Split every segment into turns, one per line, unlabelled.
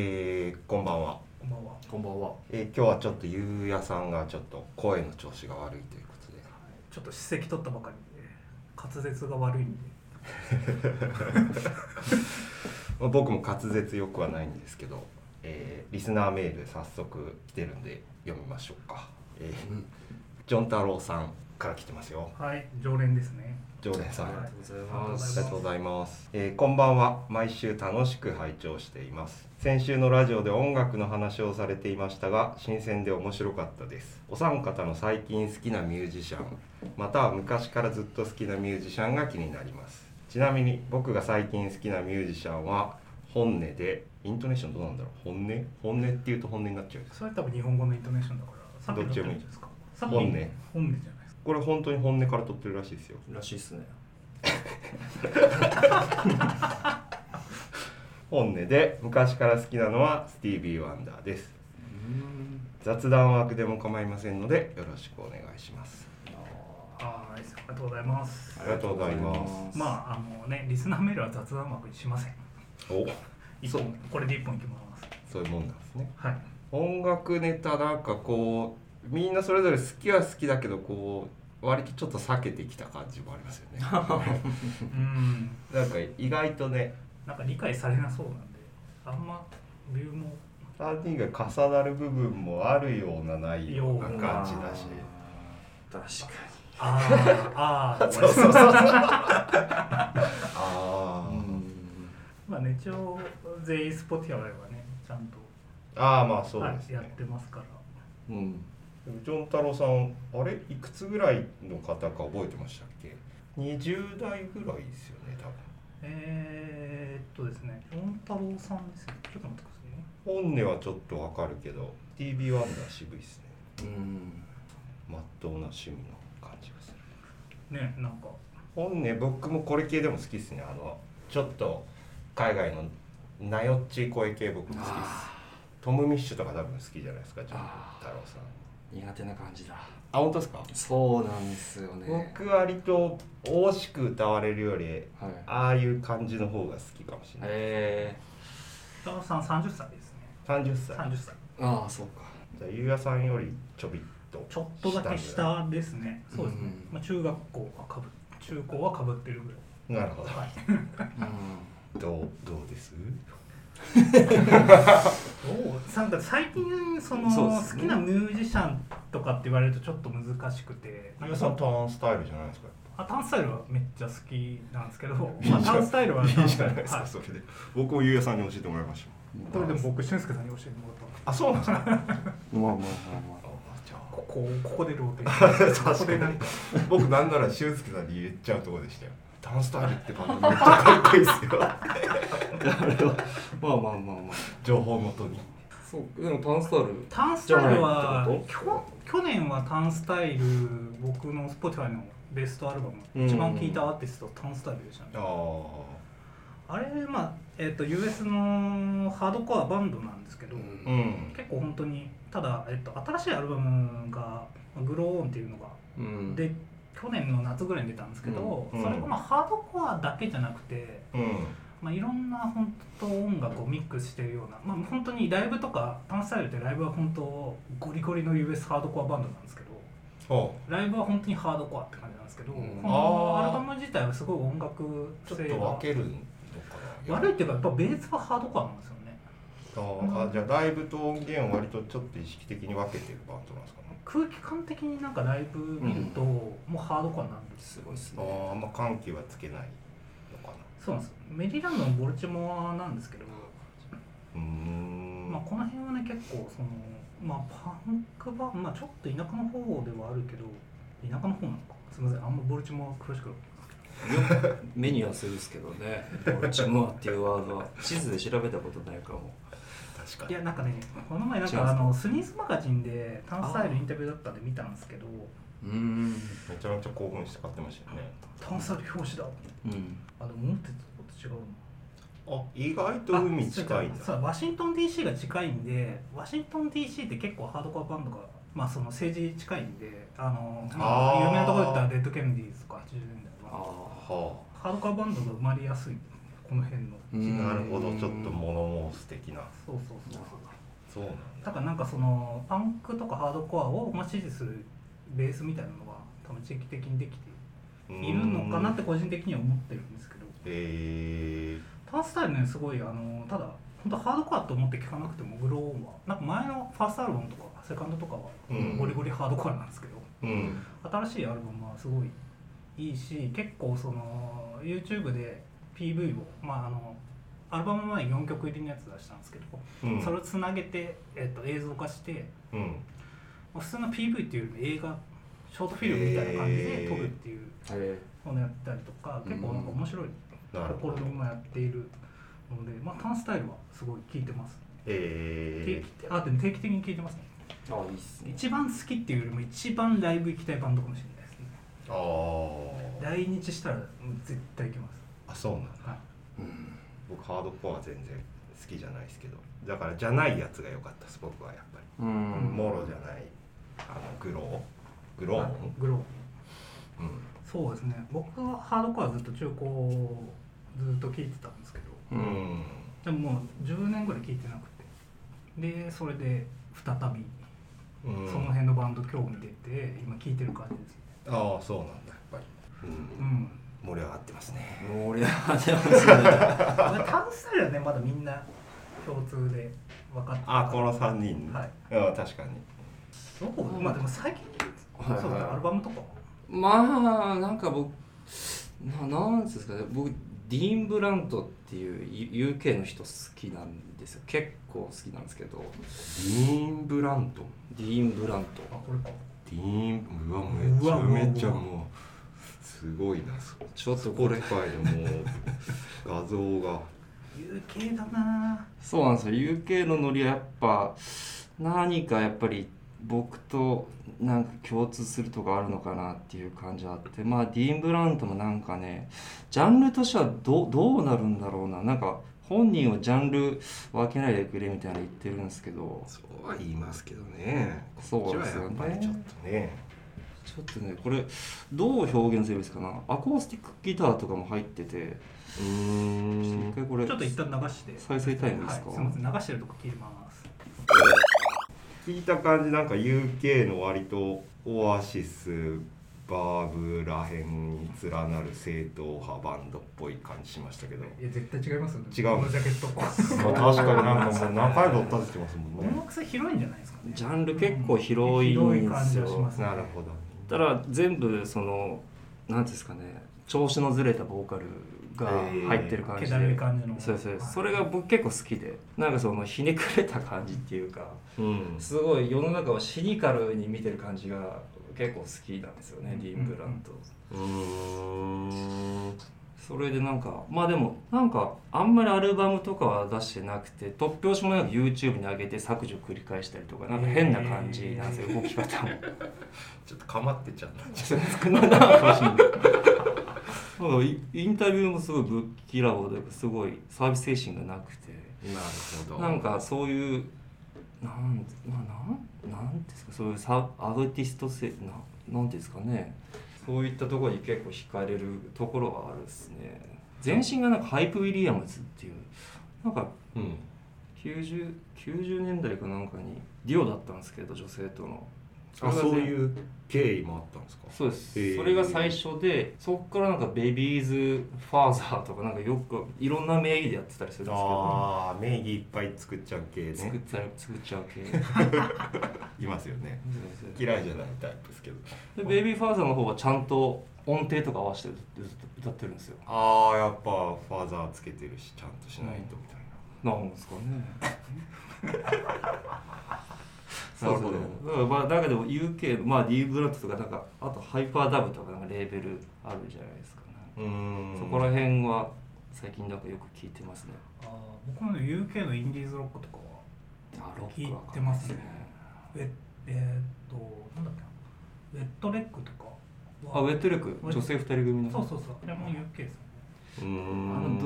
えー、こんばんは、
こんばんは。
こんばんは。
えー、今日はちょっとゆうやさんがちょっと声の調子が悪いということで
ちょっと歯石取ったばかりで、滑舌が悪いんで。
まあ僕も滑舌よくはないんですけど、えーリスナーメール早速来てるんで読みましょうか、えージョン太郎さんから来てますよ
はい、常連ですね。
常連さん、
はい
とうござい
ありがとうございます、えーこんばんは毎週楽しく拝聴しています先週のラジオで音楽の話をされていましたが新鮮で面白かったですお三方の最近好きなミュージシャンまたは昔からずっと好きなミュージシャンが気になりますちなみに僕が最近好きなミュージシャンは本音でイントネーションどうなんだろう本音本音っていうと本音になっちゃうんです
それ多分日本語のイントネーションだから、さっきの
どっちでもいい
んですか。さっき
本音
本音じゃないですか。
これ本当に本音から取ってるらしいですよ
らしいっすね。
本音で昔から好きなのはスティービー・ワンダーです
うん。
雑談枠でも構いませんのでよろしくお願いします
はい、ありがとうございます
あ。りがとうございます
まあ、あのね、リスナーメールは雑談枠にしません。
お
一
そう
本、これで一本いきます。
そういうもんなんですね
はい。
音楽ネタなんかこうみんなそれぞれ好きは好きだけどこう割とちょっと避けてきた感じもありますよ ね
うん、
なんか意外とね
なんか理解されなそうなんで、あんま理由も。
3人が重なる部分もあるようなないような
ような
感じだし
し。確か
あ あ、ああ、
そうそうそうそうああ、
に。
まあね、一応全員スポティアはね、ちゃんと、
ああまあそう
はい
ですね、
やってますから。
うん、ジョン太郎さんあれいくつぐらいの方か覚えてましたっけ20代ぐらいですよね
えー、っとですね、音太郎さんですよ。ちょっと待ってくださいね。
多分本音はちょっとわかるけど TV ワンダー渋いですね
うん。
まっとうな趣味の感じがする
ね、なんか、
本音僕もこれ系でも好きですねあのちょっと海外のなよっち声系僕も好きですトム・ミッシュとか多分好きじゃないですかジョン太郎さん
苦手な感じだ。
あ本当ですか、
そうなんですよね。
僕割と惜しく歌われるより
はい。
ああいう感じの方が好きかもしれない
え
太郎さん三十歳ですね。
30歳
三十歳。
えああ、そうか。
じゃあゆうやさんよりちょびっと
ちょっとだけ
ぐら
下ですね。そうですね。
うん
まあ中学校はかぶ、中高はかぶってるぐらい。
いなるほど
はい。
う
どうどうです
どう、なんか最近その
そうです
好
ね
きなミュージシャンとかって言われるとちょっと難しくて、
ゆうやさんターンスタイルじゃないですか
あタンスタイルはめっちゃ好きなんですけど、まあタンスタイルはタンスタイルはい
それで僕もゆうやさんに教えてもらいまし
ん。
これでも僕俊介さんに教えてもらった。
たあそうなんですか
まあまあまあま
ここここでローテーション。ここで何か。
僕なんなら俊介さんに言っちゃうとこでしたよターンスタイルってバンドめっちゃかっこいいですよ
あ。あれはまあまあまあまあ。
情報元に
そう、でもタンスタール。
タンスタイルは
じゃないって
き
こ
ょ去年はタンスタイル僕の Spotify のベストアルバム一番聴いたアーティストタンスタイルでしたね
ああ
あれまあえっ、と US のハードコアバンドなんですけど、
うん
うん
結構本当にただ、えっと新しいアルバムが「グローオン」っていうのが、
うん。
で去年の夏ぐらいに出たんですけど、
うん
それがまあハードコアだけじゃなくて
うん
まあ、いろんな本当音楽をミックスしてるような、まあ、本当にライブとかタンスタイルってライブは本当ゴリゴリの US ハードコアバンドなんですけど
ほ
ライブは本当にハードコアって感じなんですけど、
うん
この
あー
アルバム自体はすごい音楽
うちょっ
性
と
が
分けるのかな
悪いっていうかやっぱベースはハードコアなんですよね
ああじゃあライブと音源を割とちょっと意識的に分けてるバンドなんですかね
空気感的になんかライブ見ると、
う
もうハードコアになるんです
すごいっす
あ
ね。
ーあんま緩急はつけないのかな
そうなんですよメリーランドのボルチモアなんですけど、
うーん
まあ、この辺はね結構その、まあ、パンクバンまあちょっと田舎の方ではあるけど田舎の方なのかすみませんあんまボルチモア詳しくない
目にはするっすけどね。 ボルチモアっていうワードは地図で調べたことないかも。
確か
いやなんかねこの前なん
違う
か
んで
あ
すか
のスニーズマガジンでタンスタイルインタビューだったんで見たんですけど
うん。
めちゃめちゃ興奮して買ってましたよね
タンスタイル表紙だ
うん。
あでも思ってたこと違うな
あ意外と海近いん
あ
だ
そうワシントン DC が近いんでワシントン DC って結構ハードコアバンドがまあその政治近いんであのま
あー
あ有名なところだったらデッド・ケネディーズとか80年代は
あ
は
ハードコアバンドが生まれやすいこの辺の
うん
なるほどちょっと物申す的な
そうそうそう
なるほど
そうなん
だからなんかそのパンクとかハードコアをまあ支持するベースみたいなのは多分地域的にできて
だ
いるのかなっ
う
て
ん
個人的には思ってるんですけど
え
ターンスタイルねすごいあのただ本当ハードコアと思って聞かなくてもグローンはなんか前のファーストアルバムとかセカンドとかは
うん
ゴリゴリハードコアなんですけど、
ー、うん
新しいアルバムはすごいいいし結構その YouTube で PV をまああのアルバム前に4曲入りのやつ出したんですけど、
うん
それをつなげて、えっと映像化して
うん
まあ普通の PV っていうよりも映画ショートフィルムみたいな感じで撮るっていう
え
ものやったりとか、
うん
結構なんか面白い
なるほ
試
ど
みもやっているので、まあ、ターンスタイルはすごい聴いてます、
え
定期あでも定期的に聴いてますね
ー、あいいっすね
一番好きっていうよりも一番ライブ行きたいバンドかもしれないですね
ー、あ
来日したらうん絶対行きます、
ああそうなんだ
はい、
うん
僕ハードコア全然好きじゃないですけどだからじゃないやつが良かったです僕はやっぱり
うん
モロじゃないあのグローグロー
あ
ン、
グローン
うん
そうですね僕はハードコアずっと中古をずっと聴いてたんですけど
う
うん
ん
でももう10年ぐらい聴いてなくてでそれで再び
うん
その辺のバンド興味出て今聴いてる感じですね
ああそうなんだやっぱり、う、
うんん
盛り上がってますね
俺はでもそ
まあタウンスタイルはねまだみんな共通で分かってる
あこの3人、
はい
うん、確かに
どこまあでも最近
はいはい
そうだアルバムとか
うまあなんか僕ななんですかね僕ディーン・ブラントっていう UK の人好きなんですよ結構好きなんですけど
ディーン・ブラント
ディーン・ブラント
あこれか
ディーンうわめちゃめちゃもうすごいなそ
ちょっと
こ
こ
れ
れ
界でもう画像が
UK だな
そうなんですよ UK のノリはやっぱ何かやっぱり僕となんか共通するとこあるのかなっていう感じあってまあディーン・ブラウンともなんかねジャンルとしてはどどうなるんだろうななんか本人はジャンル分けないでくれみたいなの言ってるんですけど
そうは言いますけどね
そうですよね
こっちはやっぱりちょっとね
ちょっとねこれどう表現すればいいですかなアコースティックギターとかも入ってて
う
ちょっと
ー
一
ん
回これ
ちょっと一旦流して
再生タイムですか
はい、すみません流してるとこ切ります
聞いた感じなんか UK の割とオアシスバーブらへんに連なる正統派バンドっぽい感じしましたけど
いや絶対違いますよね
違う
このジャケッ ト
まあ確かになんかもう何回も立ててますもん
音
ね
楽性広いんじゃないですかね
ジャンル結構広いん
広い
で
感
す
じ
よ
がしますね
なるほど
ただ全部その何ですかね調子のずれたボーカルが入ってる感
け
じで、
だるい感じの
そうですそうです
はい
それが僕結構好きでなんかそのひねくれた感じっていうか
うん
すごい世の中をシニカルに見てる感じが結構好きなんですよね、
うん
ディーン・ブラント、
うーん
それでなんかまあでもなんかあんまりアルバムとかは出してなくて突拍子もなく YouTube に上げて削除繰り返したりとかなんか変な感じなんですよ、動き方も。
ちょっとかまってちゃった
少ないなかもしれないなんかイインタビューもすごいぶっきらぼうですごいサービス精神がなくて
なるほど
なんかそういうなんまあなんなんですかそういうサアーティスト性ななんですかねそういったところに結構惹かれるところはあるですね全身がなんかハイプ・ウィリアムズっていうなんか
うん、
90, 90年代かなんかにディオだったんですけど女性との
あ
れが
そう
全
いう経緯もあったんですか
そうです、
へー
それが最初でそこからなんかベビーズファーザーとかなんかよくいろんな名義でやってたりするんですけど
ああ名義いっぱい作っちゃう系
作っ
ね
たら作っちゃう 系
いますよね
で
嫌いじゃないタイプですけど
ベビーファーザーの方はちゃんと音程とか合わせてずっと歌ってるんですよ
ああやっぱファザーつけてるしちゃんとしないとみたい
なんですか ね
なるほど
だからまあだけど UK のまあ D ブラッドとかなんかあとハイパーダブとかなんかレーベルあるじゃないですか、
なうーん
そこら辺は最近なんかよく聞いてますね
あー僕もね UK のインディーズロックとかは
あロ
聞
ッ
い
クわかんない
てますねええーっとなんだっけなウェットレッグとかは
あウェットレック女性二人組の
そうそうそうあれも UK ですよね
うー
あ
ん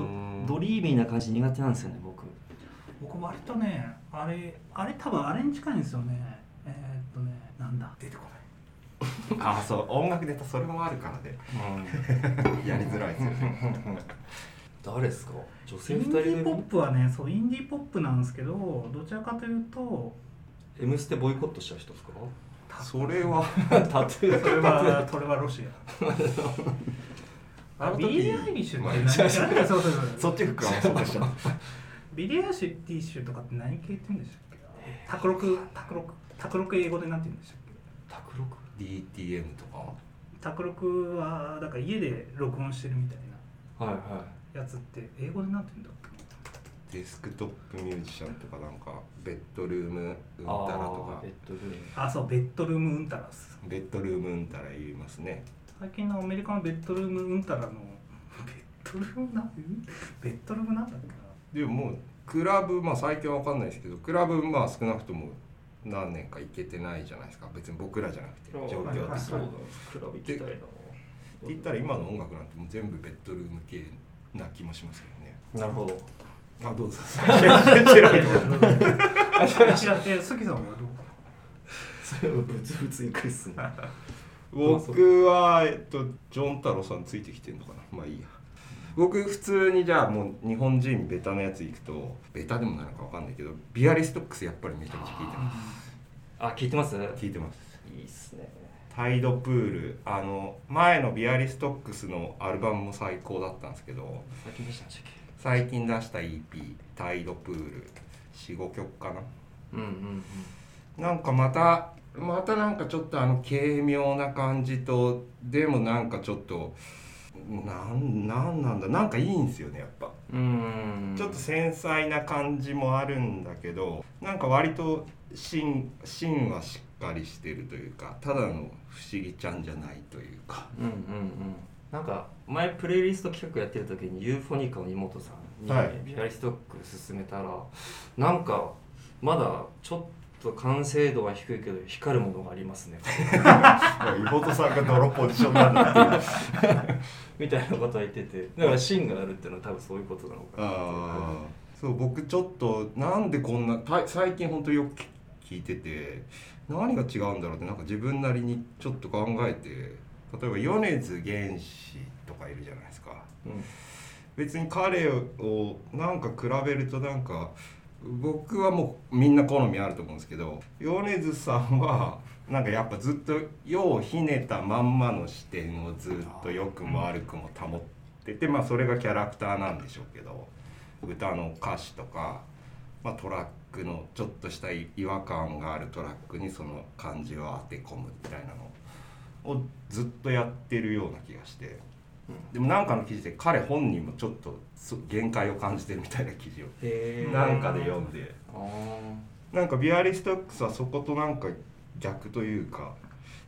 のドドリーミーな感じ苦手なんですよね僕
僕割とねあれあれ多分あれに近いんですよねえー、っとねなんだ出てこない
あ あそう音楽ネタそれもあるからねやりづらいですよね
誰ですか女
イ
性
ン
2
ディ
人
ーポッ
組
プはねそうインディーポップなんですけどどちらかというと
M ステボイコットした人ですか
それは
タトゥー
それはそれはロシア
あ
あ
の時
ビリー・アイリッシュ
まあ
って 何何がそうそうそ
そうっち 服はそうでした
ビリー・アイリッシュとかって何系って言うんでしたっけ卓六卓六卓六英語でなんて言うんでしたっけ
タクロク
DTM とか
卓六はだから家で録音してるみたい
はいは
なやつって英語でなんて言うんだっけ
デスクトップミュージシャンとかなんかベッドルームうん
い
たらとか
ベッドルーム
あそうベッドルームウンタラっす
ベッドルームうんたら言いますね
最近のアメリカのベッドルームうんたらの ベッドルームなんベッドルームなんだっけな
でももうクラブまあ最近は分かんないですけどクラブまあ少なくとも何年か行けてないじゃないですか別に僕らじゃなくて状況
は
的
い
に
そうだな
クラブ
行きたいな
って
って言ったら今の音楽なんてもう全部ベッドルーム系な気もしますけどね
なるほど
あどうぞちらりと
だって杉さんはどう
それはブツブツいくっすね
僕はえっとジョン太郎さんついてきてんのかなまあいいや僕普通にじゃあもう日本人ベタなやつ行くとベタでもなのか分かんないけどビアリストックスやっぱりめちゃくちゃ聞いてま
あ聞いてます
す聞いてます
いいっすね
タイドプールあの前のビアリストックスのアルバムも最高だったんですけど
先でしたっけ
最近出した EP「タイドプール」45曲かな
うんうんうん
なんかまたまたなんかちょっとあの軽妙な感じとでもなんかちょっとなんなんなんだなんかいいんですよねやっぱ、
うーん
ちょっと繊細な感じもあるんだけどなんか割と芯芯はしっかりしてるというかただの不思議ちゃんじゃないという か
うんうんうんなんか前プレイリスト企画やってる時にユーフォニカの妹さんに
はい
ビアリストック勧めたら、なんかまだちょっと完成度は低いけど光るものがありますね
妹さんが泥ポジションなんだっていう
みたいなことは言っててだから芯があるっていうのは多分そういうことなのかな
あーそう僕ちょっとなんでこんなた最近本当によく聞いてて何が違うんだろうってなんか自分なりにちょっと考えて例えば米津玄師とかいるじゃないですか
うん
別に彼をなんか比べるとなんか僕はもうみんな好みあると思うんですけど米津さんはなんかやっぱずっと世をひねたまんまの視点をずっと良くも悪くも保っててまあそれがキャラクターなんでしょうけど歌の歌詞とか、まあ、トラックのちょっとした違和感があるトラックにその感じを当て込むみたいなのをずっとやってるような気がして。でもなんかの記事で彼本人もちょっとそ限界を感じてるみたいな記事を
へー
なんかで読んで
あー
なんかビアリストックスはそことなんか逆というか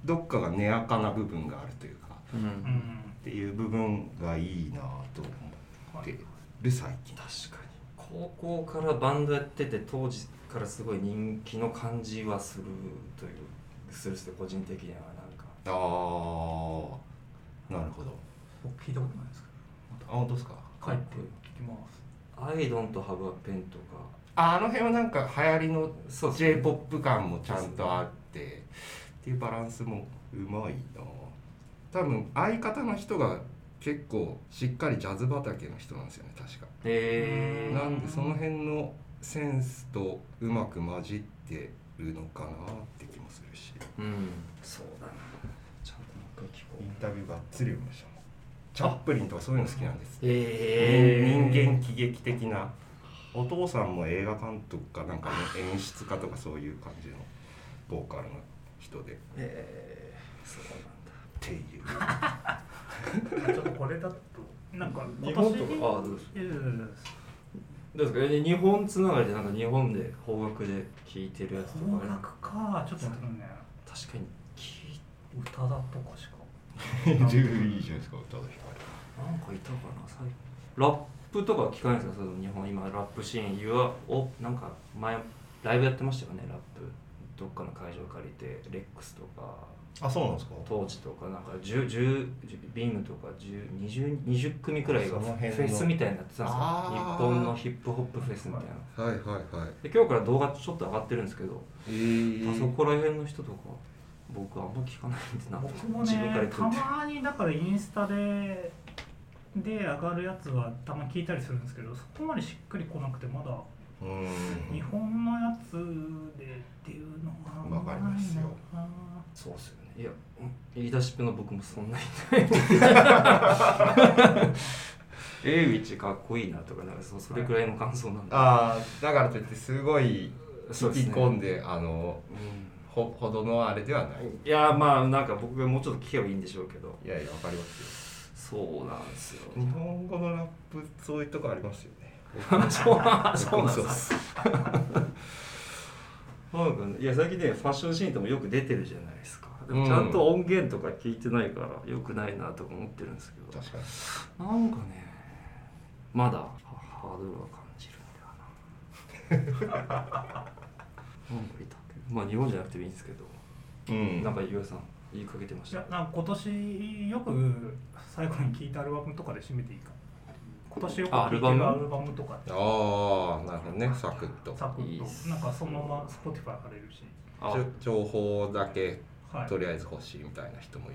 どっかが根垢な部分があるというか
うん、
うん
っていう部分がいいなと思ってる最近
確かに高校からバンドやってて当時からすごい人気の感じはするというするっすね個人的にはなんか
ああなるほど
僕聞いたことないですけ
あ本当ですか
ど帰って聞きます
アイドンとハブアペンとか
ああの辺はなんか流行りの
そうっすね
j p o p 感もちゃんとあってっていうバランスもうまいな多分相方の人が結構しっかりジャズ畑の人なんですよね確か
へえ
ー
なんでその辺のセンスとうまく混じってるのかなって気もするし
うんそうだなちゃんともう一回聞こ
イ
う
ンタビューがっつり読みましたもんチャップリンとかそういうの好きなんです
へえ
人間喜劇的なお父さんも映画監督かなんかね演出家とかそういう感じのボーカルの人でっ
えー、そうなんだ
ていう
ちょっとこれだとなんか
日
今
本
年
とかあどうぞ
いやいやいやいや
どうですかえ日本つながりでなんか日本で邦楽で聴いてるやつと
邦
かなんか
楽かちょっと待ってね
確かに聞い
歌だとかしか
十分いいじゃないですか歌う
なんかいたかな最後ラップとか聞かないですかその日本今ラップシーン You are- おなんか前ライブやってましたよねラップどっかの会場借りてレックスとか
あそうなんですか
当時とかなんか10 10ビームとか10 20, 20組くらいが
そ
フ
の辺の
ェスみたいになってたんですよ日
あー
本のヒップホップフェスみたいな
はいはいはい
で今日から動画ちょっと上がってるんですけど、
え
あそこら辺の人とか僕あんま聞かないんでな
僕も
自分から
ね
言っと
た
いて
まにだからインスタでで上がるやつはたまに聞いたりするんですけどそこまでしっくりこなくてまだ
う
日
ん
本のやつでっていうのは
わかりますよ
ないな
そうっすよねいや言い出しっぺの僕もそんなにないエイウィッチかっこいいなとかなんか そうそれくらいの感想なんだ、
ああだからといってすごい
そ
引
う
き
ですね
込んであの
う
ほほどのあれではない
んいやまあなんか僕がもうちょっと聞けばいいんでしょうけど
いやいやわかります
そうなんですよ
よ日本語のラップそういうとこありますよね
そうなそうなん
そ
で
う
すなんかねいや最近ねファッションシーンともよく出てるじゃないですかで
う
も
ん
ちゃんと音源とか聞いてないからよくないなとか思ってるんですけど、
確かに
なんかねまだハードルは感じるんだよななんかいたっけまあ日本じゃなくてもいいんですけど、
うん
なんかゆうやさん言いかけてまし
い
た
やなんか今年よく最後に聴いたアルバムとかで締めていいか今年よく
あア
聴
ル
い
バ
て
ム
るアルバムとか
ああなるほどねサクッと
サク
いい
ッと
っす
なんかそのまま Spotify 貼れるし
あ
じょ情報だけ
はい
とりあえず欲しいみたいな人もい,、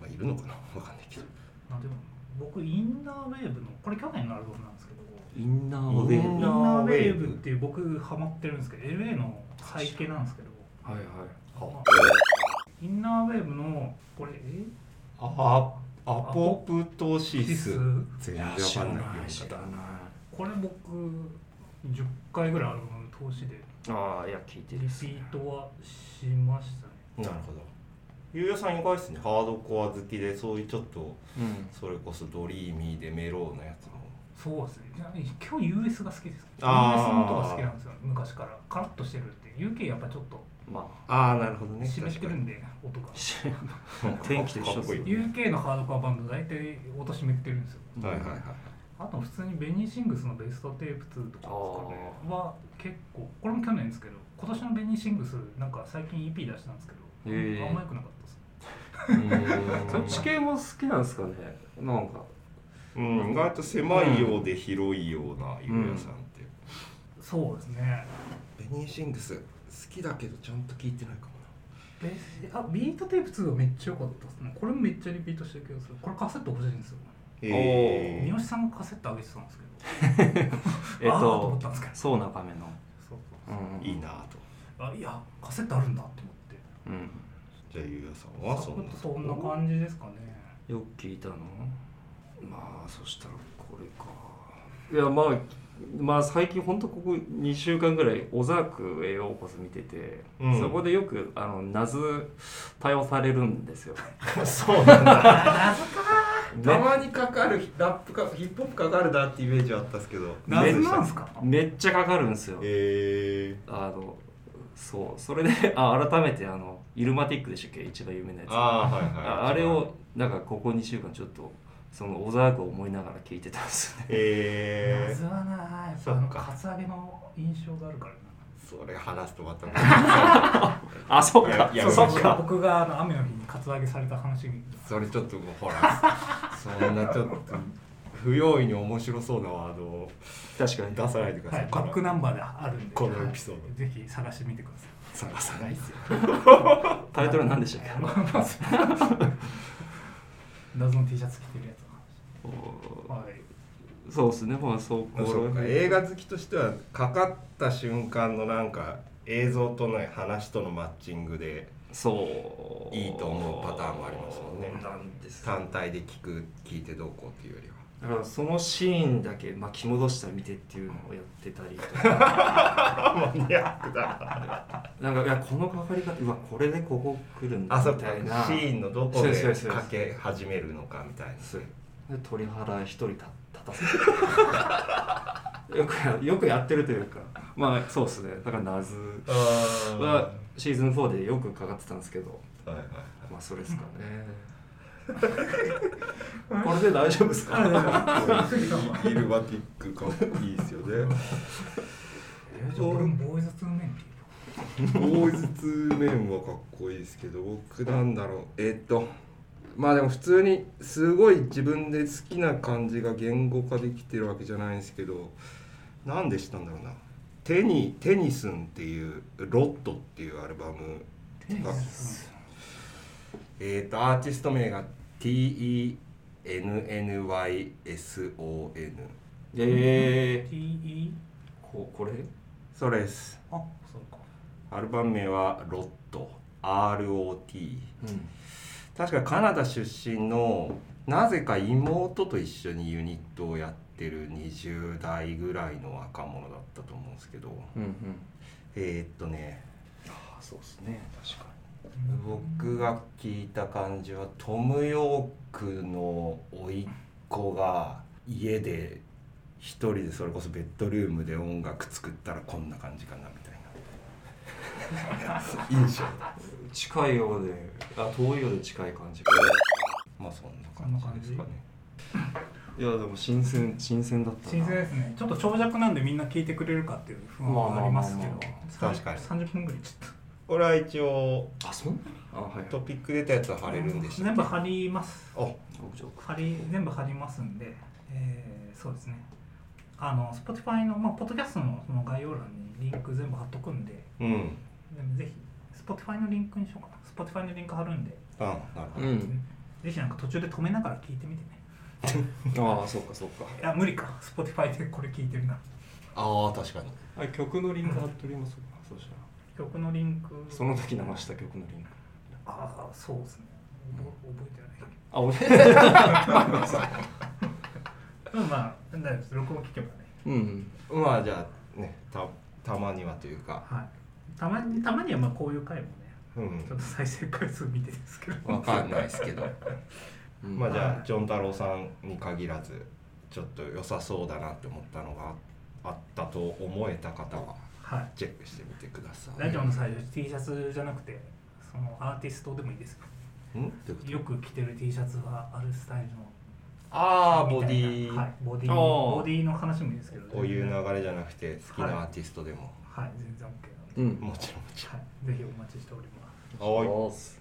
まあ、いるのかなわかんないけど
あでも僕インナーウェーブのこれ去年のアルバムなんですけど
インナーウェー
イン
ブ
ナ
ナー
ー
ウ
ウ
ェ
ェ
ー
ー
ブ
ブ
っていう僕ハマってるんですけど LA の背景なんですけど
はいはい
まあインナーウェーブのこれえ
あアポプトシ
キ
ス
ス
全
い
然わ
や
かんない読み
知
方
らない
これ僕10回ぐらいアルバム通しで
ああいや聞いて
リ
る
ピ
っすね
ートはしましたね
なるほどゆうやさん意外ですねハードコア好きでそういうちょっと
うん
それこそドリーミーでメローなやつも
そうですねいや今日 US が好きです US
あー
の音が好きなんですよ昔からカラッとしてるっていう UK やっぱちょっと
ま
ああなるほどね
湿ってるんで音が
あ
確かに
天気と一緒っす
かっこいい
UK のハードコアバンド大体音湿ってるんですよ
はいはいはい
あと普通にベニーシングスのベストテープ2とかですかねは結構これも去年ですけど今年のベニーシングスなんか最近 EP 出したんですけど、
へー
あんま良くなかったです
そっち系も好きなんですかねなんか
うん意外と狭いようで広いようなゆうやさんって、
そうですね
ベニーシングス好きだけどちゃんと聞いてないかも
ベースあビートテープ2はめっちゃ良かったですねこれもめっちゃリピートしてる気がするこれカセット欲しいんですよ
な
え
三好さんがカセットあげてたんですけど
えっ
あーと思
と
ったんですけど
そうなかめの
そう
うん
いいなぁと
あいやカセットあるんだって思って
うん
じゃあゆうやさんはそんな
そんな感じですかね
よく聞いたのまあそしたらこれかいやまあまあ最近ほんとここ2週間ぐらい「小沢区へようこそ」見てて、
うん
そこでよくあの謎対応されるんですよ、
そうなんだ
あ
たまにかかるラップかヒップホップかかるなってイメージはあったんですけど
謎なんすか
めっちゃかかるんですよ
え
あのそうそれで あ改めてあのイルマティックでしたっけ一番有名な
ー、
やつ
ああはいはい
ああれをなんかここ2週間ちょっとその小沢区を思いながら聞いてたんですよね
え
謎はなやっぱあのカツアゲの印象があるからな
ー、それ話すとまた
あそっか
いやいや
そ
い
っ
や
か
僕があの雨の日にカツアゲされた話に
それちょっともうほらそんなちょっと不用意に面白そうなワードを
確かに
出さないでくだ
は
さい、
い、バックナンバーであるんで
このエピソード
ぜひ探してみてください
探さないですよ
タイトル何でしたっけ
謎の T シャツ着てるやつ
お
の
ー
話はい
そうですねまあそうこ
そうか
れ
映画好きとしてはかかった瞬間のなんか映像との話とのマッチングで
そう
いいと思うパターンもありますもんね
なんですか
単体で聞く聞いてどうこうっていうよりは
だからそのシーンだけ巻き戻したら見てっていうのをやってたりと か
マニアックだな
なんかいやこのかかり方うわこれでここ来るんだ
あそ
み
っか
たいな
シーンのどこで
そうですそうで
か
す
け始めるのかみたいな
そうで鳥肌一人立立たせて よくやよくやってるというかまあそうですねだから謎は
あ
シーズン4でよくかかってたんですけど
ーはいはい
まあそれですかね これで大丈夫ですか
はいイルバティックかっこいいですよね
えじゃあ俺もボーイズ2メンティ
ボーイズ2面はかっこいいですけど僕なんだろうえっとまあでも普通にすごい自分で好きな感じが言語化できてるわけじゃないんですけど何でしたんだろうなテニテニスンっていうロットっていうアルバム
テニ
が
ス
えー、とアーティスト名が TENISON NNYSON
えー、
TE?
ここれ
それです
あそうか
アルバム名はロット ROT
うん
確かカナダ出身のなぜか妹と一緒にユニットをやってる20代ぐらいの若者だったと思うんですけど
うんうん
えー、っとね
ああそうですね確か
僕が聞いた感じはトム・ヨークの甥っ子が家で一人でそれこそベッドルームで音楽作ったらこんな感じかなみたいな印象
に近いようであ遠いようで近い感じ
まあそんな感じですかね
いやでも新鮮新鮮だったな
新鮮ですねちょっと長尺なんでみんな聞いてくれるかっていう不安はありますけど
まあまあまあ
確かに
30分ぐらいちょっ
これは一応
あそんなにあはい
トピック出たやつは貼れるんで
と
した
全
っ
部
け
貼ります
あ
屋上
貼り全部貼りますんで、えーそうですねあの Spotify の、まあ、ポッドキャストのその概要欄にリンク全部貼っとくんで
うん
でもぜひ Spotify のリンクにしようかな Spotify のリンク貼るんで、
あなるほど、
うん
ぜひなんか途中で止めながら聞いてみてね
ああそうかそうか
いや無理か Spotify でこれ聞いてるな
ああ確かに
あ曲のリンク貼っておりますかそうしたら
曲のリンク
その時流した曲のリンク
ああそうですね覚覚えてない
あ俺
うんまあ大丈夫です録音聞けばね
うん
まあじゃあねたたまにはというか
はいたまにたまにはまあこういう回もね
うん
ちょっと再生回数見てですけど
わかんないです けど
うん
まあじゃ
は
あ
い
ジョン太郎さんに限らずちょっと良さそうだなって思ったのがあったと思えた方は
はい
チェックしてみてください。
ラジオの最初 T シャツじゃなくてそのアーティストでもいいですか
んどういうこと
よく着てる T シャツはあるスタイルの
ああ
み
ボデ
たいな
ィ、
はい、ボディ
あー
ボディの話もいいですけど
こういう
全然
流れじゃなくて好きなアーティストでも、
はい全然 OK なんで、
うん
もちろんもち
はい、ぜひお待ちしております
ろん。はい
おーす